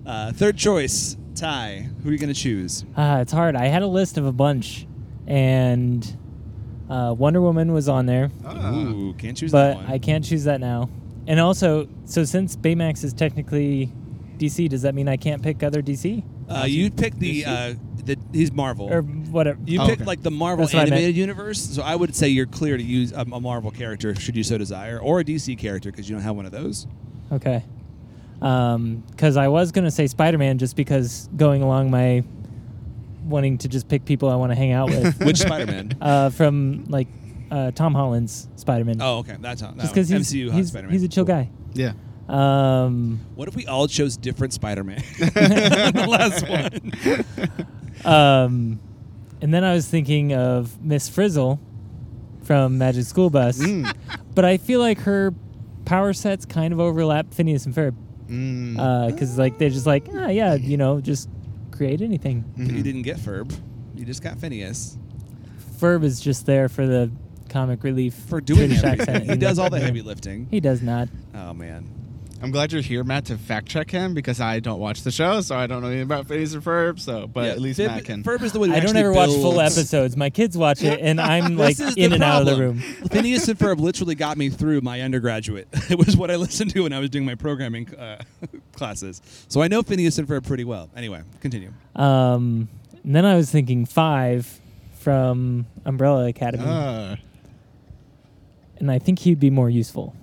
Speaker 1: Uh, third choice, Ty. Who are you gonna choose?
Speaker 3: Ah, it's hard. I had a list of a bunch, and uh, Wonder Woman was on there,
Speaker 1: Ooh, can't choose
Speaker 3: Uh, but
Speaker 1: that one.
Speaker 3: I can't choose that now. And also, so since Baymax is technically DC, does that mean I can't pick other DC
Speaker 1: uh, you picked the uh, the he's Marvel.
Speaker 3: or whatever?
Speaker 1: You
Speaker 2: Oh,
Speaker 1: picked
Speaker 2: okay.
Speaker 1: like the Marvel
Speaker 3: That's what I meant.
Speaker 1: animated universe, so I would say you're clear to use a, a Marvel character should you so desire, or a DC character because you don't have one of those.
Speaker 3: Okay. Because I was going to say Spider Man just because going along my wanting to just pick people I want to hang out
Speaker 2: Ah.
Speaker 3: with
Speaker 1: Which Spider-Man?
Speaker 3: uh, from like uh, Tom Holland's Spider Man.
Speaker 1: Oh, okay, that's how. that
Speaker 3: just because
Speaker 1: one.
Speaker 3: he's,
Speaker 1: MCU hot
Speaker 3: he's,
Speaker 1: Spider-Man.
Speaker 3: he's a chill guy.
Speaker 2: Yeah.
Speaker 3: Um,
Speaker 1: What if we all chose different Spider-Man? the last one.
Speaker 2: Mm-hmm.
Speaker 3: um, and then I was thinking of Miss Frizzle from Magic School Bus,
Speaker 1: Mm.
Speaker 3: but I feel like her power sets kind of overlap Phineas and Ferb
Speaker 2: Mm.
Speaker 3: because like they're just like ah yeah you know just create anything.
Speaker 1: But you didn't get Ferb. You just got Phineas
Speaker 3: Ferb is just there for the comic relief
Speaker 1: for doing
Speaker 3: British
Speaker 1: everything.
Speaker 3: accent.
Speaker 1: He does all the heavy lifting.
Speaker 3: He does not.
Speaker 1: Oh man,
Speaker 2: I'm glad you're here, Matt, to fact check him because I don't watch the show, so I don't know anything about Phineas and Ferb. So, but
Speaker 1: Yeah,
Speaker 2: at least
Speaker 1: Fib-
Speaker 2: Matt can.
Speaker 1: Ferb is the one. Who
Speaker 3: I don't
Speaker 1: actually
Speaker 3: ever watch full
Speaker 1: builds-
Speaker 3: episodes. My kids watch it, and I'm like
Speaker 1: This is
Speaker 3: in and out of the
Speaker 1: problem.
Speaker 3: room.
Speaker 1: Phineas and Ferb literally got me through my undergraduate. It was what I listened to when I was doing my programming uh, classes. So I know Phineas and Ferb pretty well. Anyway, continue.
Speaker 3: Um, and then I was thinking five from Umbrella Academy,
Speaker 2: Ah.
Speaker 3: and I think he'd be more useful.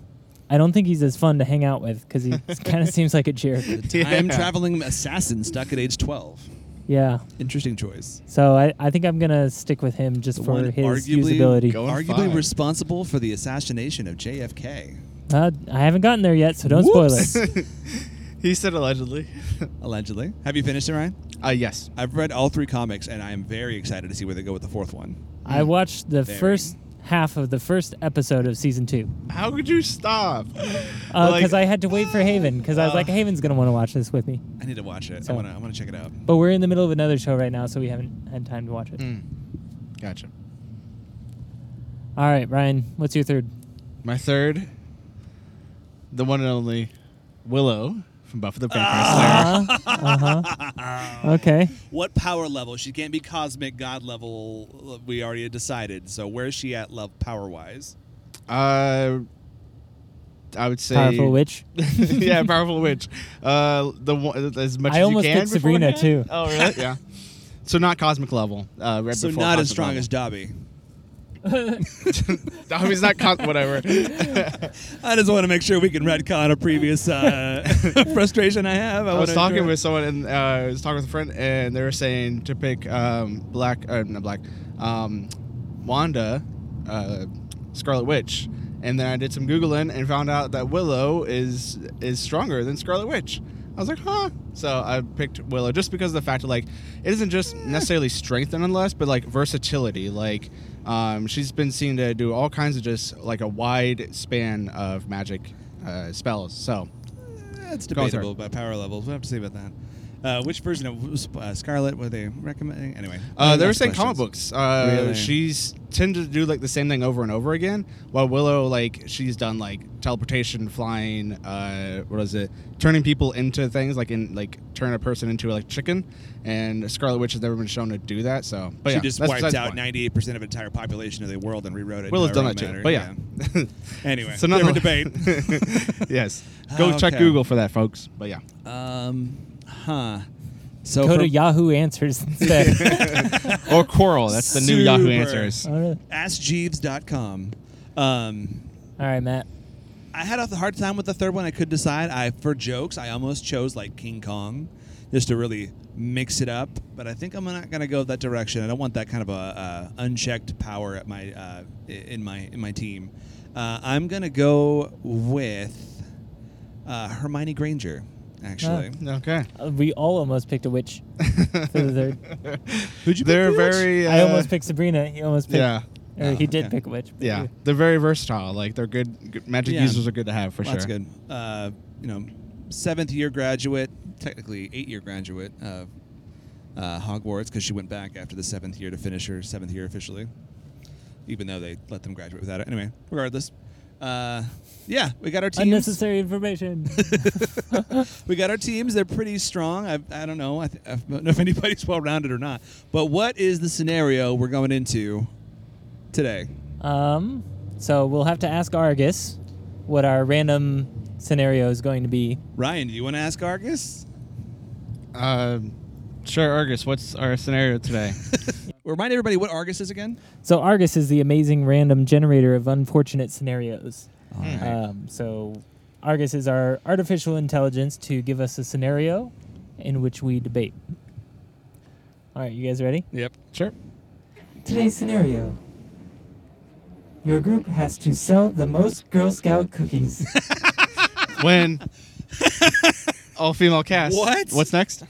Speaker 3: I don't think he's as fun to hang out with because he kind of seems like a jerk.
Speaker 1: The time traveling assassin stuck at age 12.
Speaker 3: Yeah.
Speaker 1: Interesting choice.
Speaker 3: So I, I think I'm gonna stick with him just
Speaker 1: The
Speaker 3: for
Speaker 1: one
Speaker 3: his
Speaker 1: arguably-
Speaker 3: usability.
Speaker 2: Go on
Speaker 1: Arguably
Speaker 2: five.
Speaker 1: responsible for the assassination of JFK,
Speaker 3: Uh, I haven't gotten there yet, so don't
Speaker 1: Whoops.
Speaker 3: spoil it.
Speaker 2: he said allegedly.
Speaker 1: allegedly. Have you finished it, Ryan?
Speaker 2: uh, yes.
Speaker 1: I've read all three comics, and I am very excited to see where they go with the fourth one.
Speaker 3: I watched the
Speaker 1: Very.
Speaker 3: first half of the first episode of season two.
Speaker 2: How could you stop?
Speaker 1: Uh,
Speaker 2: Because
Speaker 3: because I had to wait
Speaker 1: ah.
Speaker 3: for Haven because I was
Speaker 2: Uh.
Speaker 3: like, Haven's gonna want to watch this with me.
Speaker 1: I need to watch it. I
Speaker 3: So-
Speaker 1: want to. I want to check it out.
Speaker 3: But we're in the middle of another show right now, so we haven't had time to watch
Speaker 1: Mm.
Speaker 3: it.
Speaker 2: hmm. Gotcha.
Speaker 3: All right, Ryan, what's your third?
Speaker 2: My third, the one and only Willow from Buffy the Vampire
Speaker 1: Ah.
Speaker 2: Slayer.
Speaker 3: Uh huh. Okay.
Speaker 1: What power level? She can't be cosmic god level. uh, We already decided. So where is she at, love power wise?
Speaker 2: Uh, I would say
Speaker 3: Powerful witch.
Speaker 2: yeah, powerful witch. Uh, the one, as much
Speaker 3: I
Speaker 2: as
Speaker 3: almost
Speaker 2: you can
Speaker 3: picked Sabrina,
Speaker 2: beforehand?
Speaker 3: too.
Speaker 2: Oh really? yeah. So not cosmic level. Uh, right
Speaker 1: So
Speaker 2: before
Speaker 1: not as
Speaker 2: cosmic
Speaker 1: strong
Speaker 2: level.
Speaker 1: as Dobby.
Speaker 2: I mean, it's not cos- whatever.
Speaker 1: I just want to make sure we can retcon a previous uh, frustration I have. I,
Speaker 2: I was
Speaker 1: wanna
Speaker 2: talking
Speaker 1: enjoy-
Speaker 2: with someone, and uh, I was talking with a friend, and they were saying to pick um, black, uh, not black, um, Wanda, uh, Scarlet Witch, and then I did some googling and found out that Willow is is stronger than Scarlet Witch. I was like, huh. So I picked Willow just because of the fact of like it isn't just necessarily strength and unless, but like versatility. Like um, she's been seen to do all kinds of just like a wide span of magic uh, spells. So
Speaker 1: That's
Speaker 2: Go on, sorry.
Speaker 1: debatable about power levels. We will have to see about that. Uh, which version of uh, Scarlet were they recommending? Anyway,
Speaker 2: Uh, they were
Speaker 1: lots of
Speaker 2: saying comic
Speaker 1: questions.
Speaker 2: books. Uh,
Speaker 1: Really?
Speaker 2: She's tended to do like the same thing over and over again. While Willow, like she's done like teleportation, flying. Uh, what is it? Turning people into things, like in like turn a person into like chicken. And Scarlet Witch has never been shown to do that. So, but
Speaker 1: She
Speaker 2: yeah,
Speaker 1: just
Speaker 2: that's
Speaker 1: wiped
Speaker 2: besides the
Speaker 1: out
Speaker 2: point.
Speaker 1: ninety-eight percent of the entire population of the world and rewrote it.
Speaker 2: Willow's done
Speaker 1: however mattered.
Speaker 2: that too. But yeah,
Speaker 1: Anyway,
Speaker 2: It's another
Speaker 1: different
Speaker 2: one. yes, go check
Speaker 1: Ah, Okay.
Speaker 2: Google for that, folks. But yeah,
Speaker 1: Um, huh. So
Speaker 3: Go
Speaker 1: for-
Speaker 3: to Yahoo Answers instead.
Speaker 2: or Coral. That's the new Yahoo
Speaker 1: Super.
Speaker 2: Answers.
Speaker 3: All right.
Speaker 1: AskJeeves.com. Um,
Speaker 3: All right, Matt.
Speaker 1: I had a hard time with the third one. I could decide. I for jokes, I almost chose like King Kong, just to really mix it up. But I think I'm not gonna go that direction. I don't want that kind of a uh, unchecked power at my uh, i- in my in my team. Uh, I'm gonna go with uh, Hermione Granger actually.
Speaker 2: Okay.
Speaker 3: Uh, we all almost picked a witch for the third.
Speaker 1: Who'd you pick
Speaker 2: They're
Speaker 1: for which?
Speaker 2: very. Uh,
Speaker 3: I almost picked Sabrina. He almost picked.
Speaker 2: Yeah.
Speaker 3: Or he did
Speaker 1: okay.
Speaker 3: pick a witch. but
Speaker 2: Yeah,
Speaker 3: you-
Speaker 2: they're very versatile. Like they're good. good magic
Speaker 1: Hmm. Yeah.
Speaker 2: users are good to have for
Speaker 1: Well,
Speaker 2: sure.
Speaker 1: That's good. Uh, you know, seventh year graduate, technically eight year graduate of uh, Hogwarts because she went back after the seventh year to finish her seventh year officially, even though they let them graduate without it. Anyway, regardless, uh, yeah, we got our teams.
Speaker 3: Unnecessary information.
Speaker 1: We got our teams. They're pretty strong. I, I don't know. I, th- I don't know if anybody's well rounded or not. But what is the scenario we're going into today?
Speaker 3: um, so we'll have to ask Argus what our random scenario is going to be.
Speaker 1: Ryan, do you want to ask Argus?
Speaker 2: Um, sure, Argus. What's our scenario today?
Speaker 1: Remind everybody what Argus is again.
Speaker 3: So Argus is the amazing random generator of unfortunate scenarios.
Speaker 1: All right.
Speaker 2: Mm-hmm.
Speaker 3: Um, so Argus is our artificial intelligence to give us a scenario in which we debate. All right, you guys ready?
Speaker 1: Yep.
Speaker 2: sure.
Speaker 3: Today's scenario. Your group has to sell the most Girl Scout cookies.
Speaker 2: When all female cast.
Speaker 1: What?
Speaker 2: What's next?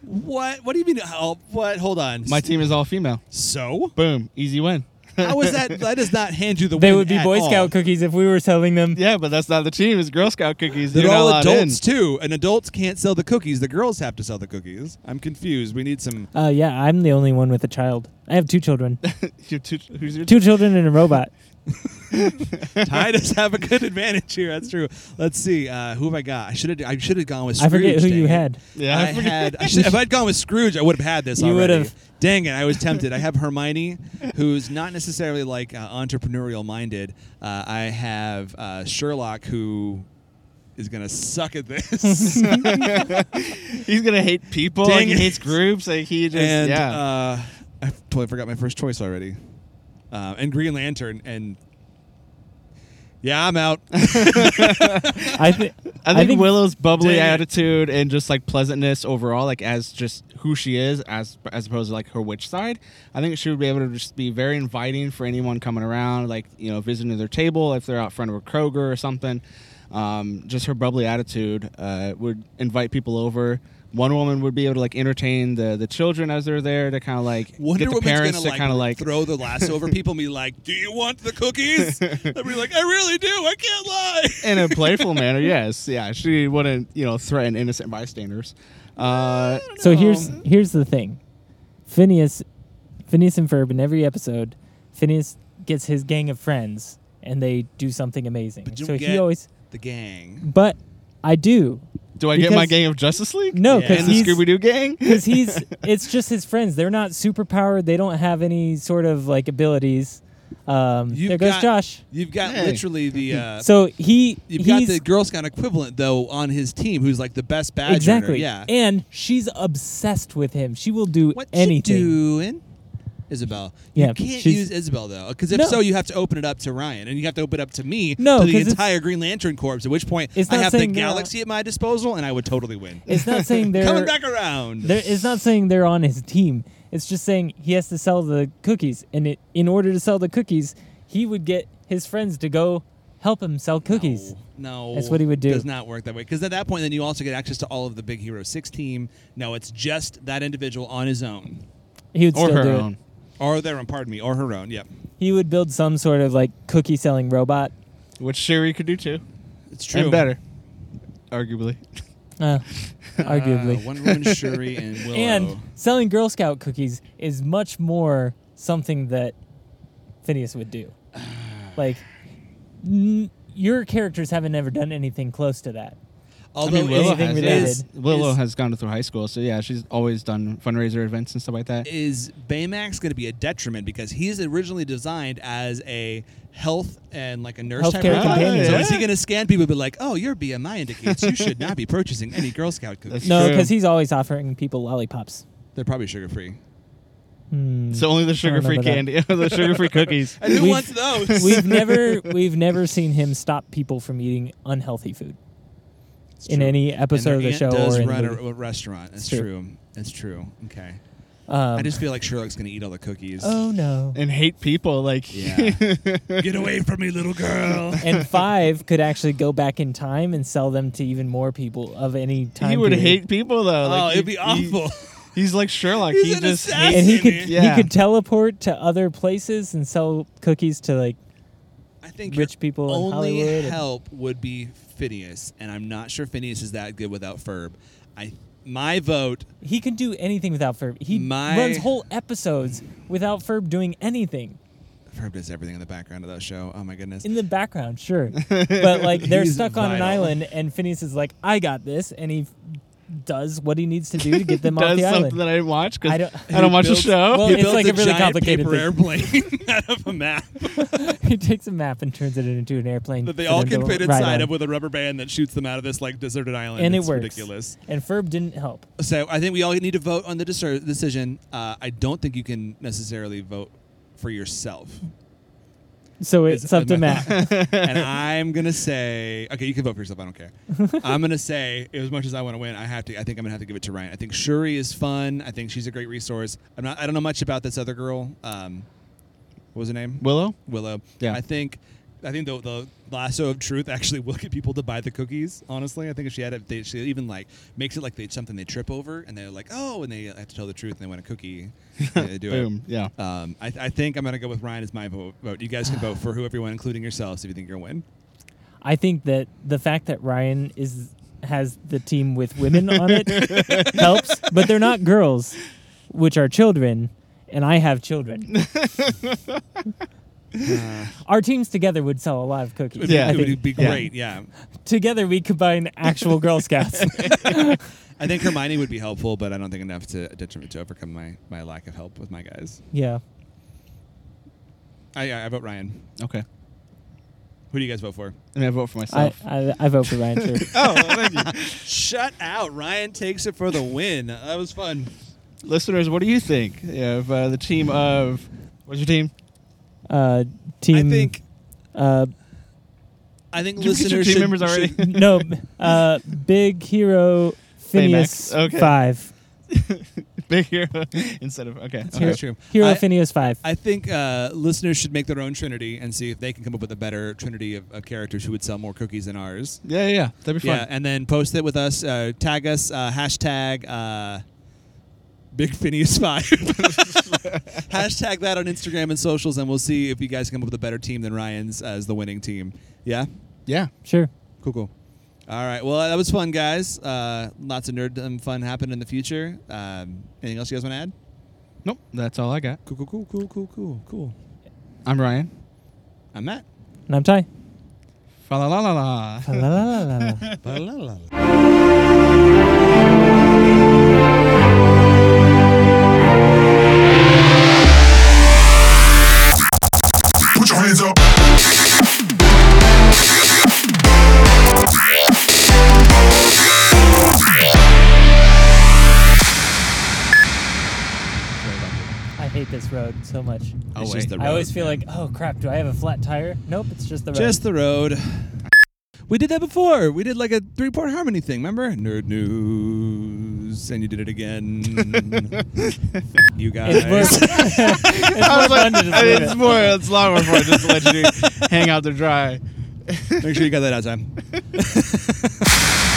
Speaker 1: What? What do you mean? Oh, what? Hold on.
Speaker 2: My team is all female.
Speaker 1: So?
Speaker 2: Boom. Easy win.
Speaker 1: How is that? That does not hand you the.
Speaker 3: they
Speaker 1: win
Speaker 3: would be
Speaker 1: at
Speaker 3: Boy
Speaker 1: all.
Speaker 3: Scout cookies if we were selling them.
Speaker 2: yeah, but that's not the team. It's Girl Scout cookies.
Speaker 1: They're
Speaker 2: You're not
Speaker 1: all
Speaker 2: allowed
Speaker 1: adults
Speaker 2: in.
Speaker 1: too, and adults can't sell the cookies. The girls have to sell the cookies. I'm confused. We need some.
Speaker 3: Uh, yeah, I'm the only one with a child. I have two children.
Speaker 2: You two- who's your
Speaker 3: two children and a robot.
Speaker 1: Ty does have a good advantage here. That's true. Let's see. Uh, who have I got? I should have. I should have gone with.
Speaker 3: I
Speaker 1: Scrooge,
Speaker 3: forget who
Speaker 1: dang
Speaker 3: you
Speaker 1: it.
Speaker 3: had.
Speaker 2: Yeah,
Speaker 1: I,
Speaker 2: I forget-
Speaker 1: had. I should, if I'd gone with Scrooge, I would have had this.
Speaker 3: You would
Speaker 1: already.
Speaker 3: have.
Speaker 1: Dang it! I was tempted. I have Hermione, who's not necessarily like uh, entrepreneurial minded. Uh, I have uh, Sherlock, who is gonna suck at this.
Speaker 2: He's gonna hate people.
Speaker 1: Dang
Speaker 2: like, he
Speaker 1: it.
Speaker 2: hates groups. Like he just
Speaker 1: and
Speaker 2: yeah.
Speaker 1: uh, I totally forgot my first choice already. Uh, and Green Lantern, and yeah, I'm out.
Speaker 3: I, th-
Speaker 2: I think,
Speaker 3: Willow.
Speaker 2: Willow's bubbly
Speaker 1: Dang it.
Speaker 2: attitude and just like pleasantness overall, like as just who she is, as as opposed to like her witch side. I think she would be able to just be very inviting for anyone coming around, like you know, visiting their table if they're out front of a Kroger or something. Um, just her bubbly attitude uh, would invite people over. One woman would be able to like entertain the the children as they're there to kind of like
Speaker 1: Wonder
Speaker 2: get the
Speaker 1: Woman's
Speaker 2: parents
Speaker 1: gonna
Speaker 2: to
Speaker 1: like,
Speaker 2: kind of like
Speaker 1: throw the lasso over people and be like, "Do you want the cookies?" I'd be like, "I really do. I can't lie."
Speaker 2: in a playful manner. Yes, yeah, she wouldn't you know threaten innocent bystanders. Uh,
Speaker 3: So here's here's the thing, Phineas, Phineas and Ferb in every episode, Phineas gets his gang of friends and they do something amazing.
Speaker 1: But you
Speaker 3: so he
Speaker 1: get-
Speaker 3: always,
Speaker 1: the gang.
Speaker 3: but I do
Speaker 2: Do I get my
Speaker 3: Because-
Speaker 2: gang of Justice League?
Speaker 3: no
Speaker 1: Yeah.
Speaker 3: because
Speaker 2: And the
Speaker 3: he's
Speaker 2: Scooby Doo gang?
Speaker 3: because he's it's just his friends. They're not superpowered. They don't have any sort of like abilities. Um,
Speaker 1: You've
Speaker 3: there goes
Speaker 1: got-
Speaker 3: Josh.
Speaker 1: You've got
Speaker 2: Hey.
Speaker 1: literally the. Uh,
Speaker 3: So he
Speaker 1: You've got
Speaker 3: he's
Speaker 1: the Girl Scout equivalent though on his team, who's like the best badge. earner.
Speaker 3: exactly
Speaker 1: Yeah.
Speaker 3: and she's obsessed with him. She will do
Speaker 1: what
Speaker 3: anything.
Speaker 1: you doing, Isabel?
Speaker 3: Yeah,
Speaker 1: you can't
Speaker 3: she's-
Speaker 1: use Isabel though, because if
Speaker 3: No.
Speaker 1: so, you have to open it up to Ryan, and you have to open it up to me,
Speaker 3: No,
Speaker 1: to the
Speaker 3: 'cause it's-
Speaker 1: entire Green Lantern Corps. At which point,
Speaker 3: It's
Speaker 1: I
Speaker 3: not
Speaker 1: have the
Speaker 3: saying no.
Speaker 1: galaxy at my disposal, and I would totally win.
Speaker 3: It's not saying they're
Speaker 1: Coming back around.
Speaker 3: There, it's not saying they're on his team. It's just saying he has to sell the cookies, and it, in order to sell the cookies, he would get his friends to go help him sell cookies.
Speaker 1: No,
Speaker 3: That's what he would do.
Speaker 1: Does not work that way because at that point, then you also get access to all of the Big Hero Six team. No, it's just that individual on his own,
Speaker 3: He would
Speaker 2: or
Speaker 3: still
Speaker 2: her
Speaker 3: do
Speaker 2: own.
Speaker 3: it.
Speaker 1: or their own. Pardon me, or her own. Yep,
Speaker 3: He would build some sort of like cookie selling robot.
Speaker 2: Which Sherry could do too.
Speaker 1: it's true.
Speaker 2: And better. Arguably.
Speaker 3: Uh,
Speaker 1: Uh,
Speaker 2: Ah,
Speaker 3: arguably.
Speaker 1: Wonder Woman, Shuri, and Willow.
Speaker 3: and selling Girl Scout cookies is much more something that Phineas would do. Like, n- your characters haven't ever done anything close to that.
Speaker 1: although
Speaker 3: mean, Willow
Speaker 1: anything
Speaker 3: has
Speaker 1: it
Speaker 3: that.
Speaker 1: is,
Speaker 2: Willow
Speaker 1: is-
Speaker 2: has gone through high school, so yeah, she's always done fundraiser events and stuff like
Speaker 3: Mm.
Speaker 2: that.
Speaker 1: is Baymax going to be a detriment because he's originally designed as a health and like a nurse type
Speaker 3: Healthcare
Speaker 1: of guy.
Speaker 3: companion.
Speaker 1: So is he
Speaker 2: Yeah.
Speaker 1: going to scan people and be like, "Oh, your BMI indicates you should not be purchasing any Girl Scout cookies.
Speaker 2: That's-
Speaker 3: No,
Speaker 2: True.
Speaker 3: because he's always offering people lollipops.
Speaker 1: They're probably sugar free.
Speaker 3: Hmm.
Speaker 2: So only the sugar free
Speaker 3: remember
Speaker 2: candy, the sugar free cookies.
Speaker 1: And who
Speaker 3: We've-
Speaker 1: wants those?
Speaker 3: we've never we've never seen him stop people from eating unhealthy food
Speaker 1: It's
Speaker 3: in
Speaker 1: true.
Speaker 3: any
Speaker 1: And
Speaker 3: episode
Speaker 1: their
Speaker 3: of the
Speaker 1: aunt
Speaker 3: show
Speaker 1: does
Speaker 3: or in the
Speaker 1: run a,
Speaker 3: movie.
Speaker 1: a restaurant. That's
Speaker 3: It's
Speaker 1: true.
Speaker 3: true.
Speaker 1: That's true. Okay.
Speaker 3: Um,
Speaker 1: I just feel like Sherlock's gonna eat all the cookies.
Speaker 3: oh no.
Speaker 2: and hate people like
Speaker 1: Yeah. Get away from me, little girl.
Speaker 3: and five could actually go back in time and sell them to even more people of any time.
Speaker 2: he would
Speaker 3: period.
Speaker 2: hate people though. Like,
Speaker 1: oh,
Speaker 2: he-
Speaker 1: it'd be
Speaker 2: he-
Speaker 1: awful.
Speaker 2: he's like Sherlock.
Speaker 1: He's
Speaker 2: he
Speaker 1: an
Speaker 2: just
Speaker 1: assassin.
Speaker 3: and
Speaker 2: hates
Speaker 3: he could
Speaker 2: Yeah.
Speaker 3: he could teleport to other places and sell cookies to like
Speaker 1: I think
Speaker 3: Rich
Speaker 1: your
Speaker 3: people in
Speaker 1: only
Speaker 3: Hollywood and-
Speaker 1: help would be Phineas, and I'm not sure Phineas is that good without Ferb. I my vote.
Speaker 3: he can do anything without Ferb. He
Speaker 1: My-
Speaker 3: runs whole episodes without Ferb doing anything
Speaker 1: Ferb does everything in the background of that show. Oh my goodness.
Speaker 3: in the background, sure. but like they're
Speaker 1: He's
Speaker 3: stuck on an
Speaker 1: vital.
Speaker 3: island and Phineas is like, "I got this," and he f- does what he needs to do to get them off
Speaker 2: does
Speaker 3: the
Speaker 2: something
Speaker 3: island.
Speaker 2: that I didn't watch because
Speaker 3: I
Speaker 2: I
Speaker 3: don't-
Speaker 2: don't, watch the
Speaker 1: builds-
Speaker 2: show.
Speaker 3: Well,
Speaker 1: he
Speaker 3: it's
Speaker 1: builds
Speaker 3: like a really
Speaker 1: giant
Speaker 3: complicated
Speaker 1: paper
Speaker 3: thing.
Speaker 1: airplane out of a map
Speaker 3: he takes a map and turns it into an airplane
Speaker 1: that they
Speaker 3: for
Speaker 1: all
Speaker 3: them
Speaker 1: can
Speaker 3: to
Speaker 1: fit
Speaker 3: ride
Speaker 1: inside
Speaker 3: on.
Speaker 1: of with a rubber band that shoots them out of this like deserted island.
Speaker 3: and
Speaker 1: It's
Speaker 3: it works.
Speaker 1: ridiculous.
Speaker 3: And Ferb didn't help.
Speaker 1: So I think we all need to vote on the discer- decision. Uh, I don't think you can necessarily vote for yourself.
Speaker 3: So it's
Speaker 1: Is-
Speaker 3: up to
Speaker 1: am I-
Speaker 3: Matt.
Speaker 1: and I'm gonna say, okay, you can vote for yourself. I don't care. I'm gonna say, as much as I want to win, I have to. I think I'm gonna have to give it to Ryan. I think Shuri is fun. I think she's a great resource. I'm not. I don't know much about this other girl. Um, what was her name?
Speaker 2: Willow.
Speaker 1: Willow.
Speaker 2: Yeah.
Speaker 1: I think. I think the, the lasso of truth actually will get people to buy the cookies. Honestly, I think if she had, it, they, she even like makes it like they something they trip over and they're like, oh, and they have to tell the truth and they want a cookie. they do it.
Speaker 2: Boom. Yeah.
Speaker 1: Um, I, I think I'm going to go with Ryan as my vote. vote. You guys can vote for whoever you want, including yourselves, if you think you're going to win.
Speaker 3: I think that the fact that Ryan is has the team with women on it helps, but they're not girls, which are children, and I have children. Our teams together would sell a lot of
Speaker 1: It would
Speaker 3: cookies.
Speaker 1: be-
Speaker 2: Yeah.
Speaker 3: I
Speaker 1: it
Speaker 3: think.
Speaker 1: would be
Speaker 2: Yeah.
Speaker 1: great. Yeah.
Speaker 3: Together we combine actual Girl Scouts.
Speaker 1: I think Hermione would be helpful, but I don't think enough to detriment to overcome my, my lack of help with my guys.
Speaker 3: yeah.
Speaker 1: I, I, I vote Ryan.
Speaker 2: Okay.
Speaker 1: Who do you guys vote for?
Speaker 2: I mean, I vote for
Speaker 3: I,
Speaker 2: myself.
Speaker 3: I, I vote for Ryan too.
Speaker 2: oh, well, thank you.
Speaker 1: Shut out. Ryan takes it for the win. That was fun.
Speaker 2: listeners, what do you think of uh, the team of? What's your team?
Speaker 3: Uh, team.
Speaker 1: I think
Speaker 3: Uh,
Speaker 1: I think
Speaker 2: Did we get your
Speaker 1: listeners
Speaker 2: team
Speaker 1: should-
Speaker 2: members already?
Speaker 1: should-
Speaker 3: no. Uh, big Hero Phineas
Speaker 2: Baymax, okay.
Speaker 3: Five.
Speaker 2: Big hero instead of okay.
Speaker 3: It's
Speaker 2: okay.
Speaker 1: That's true.
Speaker 3: Hero
Speaker 1: I-
Speaker 3: Phineas Five.
Speaker 1: I think uh, listeners should make their own trinity and see if they can come up with a better trinity of, of characters who would sell more cookies than ours.
Speaker 2: Yeah, yeah, yeah. That'd be fun.
Speaker 1: Yeah, and then post it with us. Uh, tag us. Uh, hashtag uh, Big Phineas Five. hashtag that on Instagram and socials, and we'll see if you guys come up with a better team than Ryan's as the winning team. Yeah,
Speaker 2: yeah.
Speaker 3: Sure.
Speaker 1: cool, cool. All right. Well, that was fun, guys. Uh, lots of nerd fun happened in the future. Um, anything else you guys want to add?
Speaker 2: Nope. That's all I got.
Speaker 1: Cool, cool, cool, cool, cool, cool, cool.
Speaker 2: I'm Ryan.
Speaker 1: I'm Matt.
Speaker 3: And I'm Ty.
Speaker 2: Fa la la la la.
Speaker 3: La, la, la, la, la.
Speaker 4: Put your hands up.
Speaker 3: I hate this road so much.
Speaker 2: Oh,
Speaker 1: It's
Speaker 2: wait.
Speaker 1: just the
Speaker 3: I always
Speaker 1: road,
Speaker 3: feel
Speaker 1: man.
Speaker 3: like, oh crap, do I have a flat tire? Nope, it's just the road.
Speaker 1: Just the road. We did that before. We did like a three part harmony thing, remember? Nerd news. And you did it again. you
Speaker 3: it's more,
Speaker 1: guys.
Speaker 3: it's more fun to just
Speaker 2: I mean,
Speaker 3: leave
Speaker 2: it's
Speaker 3: it.
Speaker 2: more. It's a lot more fun just to let you hang out to dry.
Speaker 1: Make sure you got that out of time.